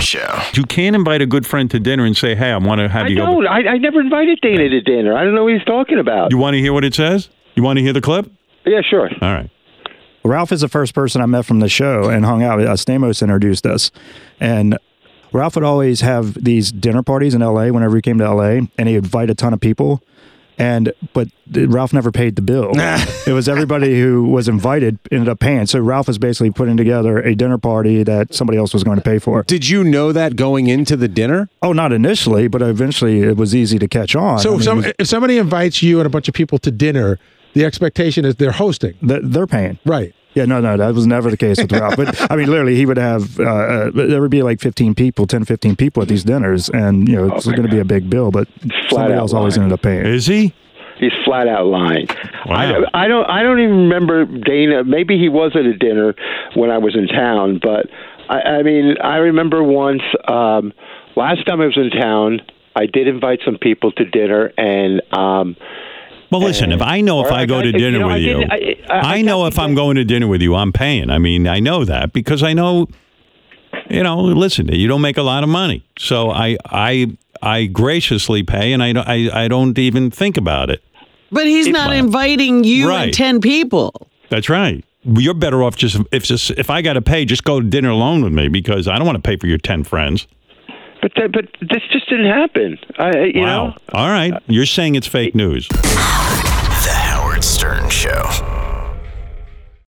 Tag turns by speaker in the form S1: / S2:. S1: show.
S2: You can't invite a good friend to dinner and say, "Hey, I want to have
S3: I
S2: you over."
S3: don't. I, I never invited Dana to dinner. I don't know what he's talking about.
S2: You want to hear what it says? You want to hear the clip?
S3: yeah, sure.
S2: All right.
S4: Ralph is the first person I met from the show and hung out. with. Uh, Stamos introduced us, and Ralph would always have these dinner parties in L.A. Whenever he came to L.A., and he'd invite a ton of people. And but th- Ralph never paid the bill. it was everybody who was invited ended up paying. So Ralph was basically putting together a dinner party that somebody else was going to pay for.
S5: Did you know that going into the dinner?
S4: Oh, not initially, but eventually it was easy to catch on. I
S6: So if,
S4: mean,
S6: some, if somebody invites you and a bunch of people to dinner, the expectation is they're hosting,
S4: th- they're paying.
S6: right?
S4: Yeah, no, no, that was never the case with Ralph. But I mean, literally, he would have, uh, uh, there would be like 15 people, 10, 15 people at these dinners. And, you know,
S3: Oh,
S4: it's going to be a big bill, but somebody
S3: out
S4: else always
S3: lying.
S4: ended up paying.
S2: Is he?
S3: He's flat out lying.
S2: Wow.
S3: I, I don't. I don't even remember Dana. Maybe he was at a dinner when I was in town, but I, I mean, I remember once. Um, last time I was in town, I did invite some people to dinner, and um,
S2: Well, listen, if I know if
S3: Or
S2: I
S3: I
S2: go
S3: got-
S2: to
S3: if, you
S2: dinner
S3: know, I
S2: with you,
S3: didn't- I- I- I
S2: I know if I'm going to dinner with you, I'm paying. I mean, I know that because I know, you know, listen, you don't make a lot of money. So I, I, I graciously pay and I, don't- I, I don't even think about it.
S7: But he's not inviting you
S2: Right.
S7: and 10 people.
S2: That's right. You're better off just if just if I got to pay, just go to dinner alone with me because I don't want to pay for your ten friends.
S3: but that, but this just didn't happen. I, I- you
S2: wow.
S3: know,
S2: All right. You're saying it's fake news.
S1: The Howard Stern Show.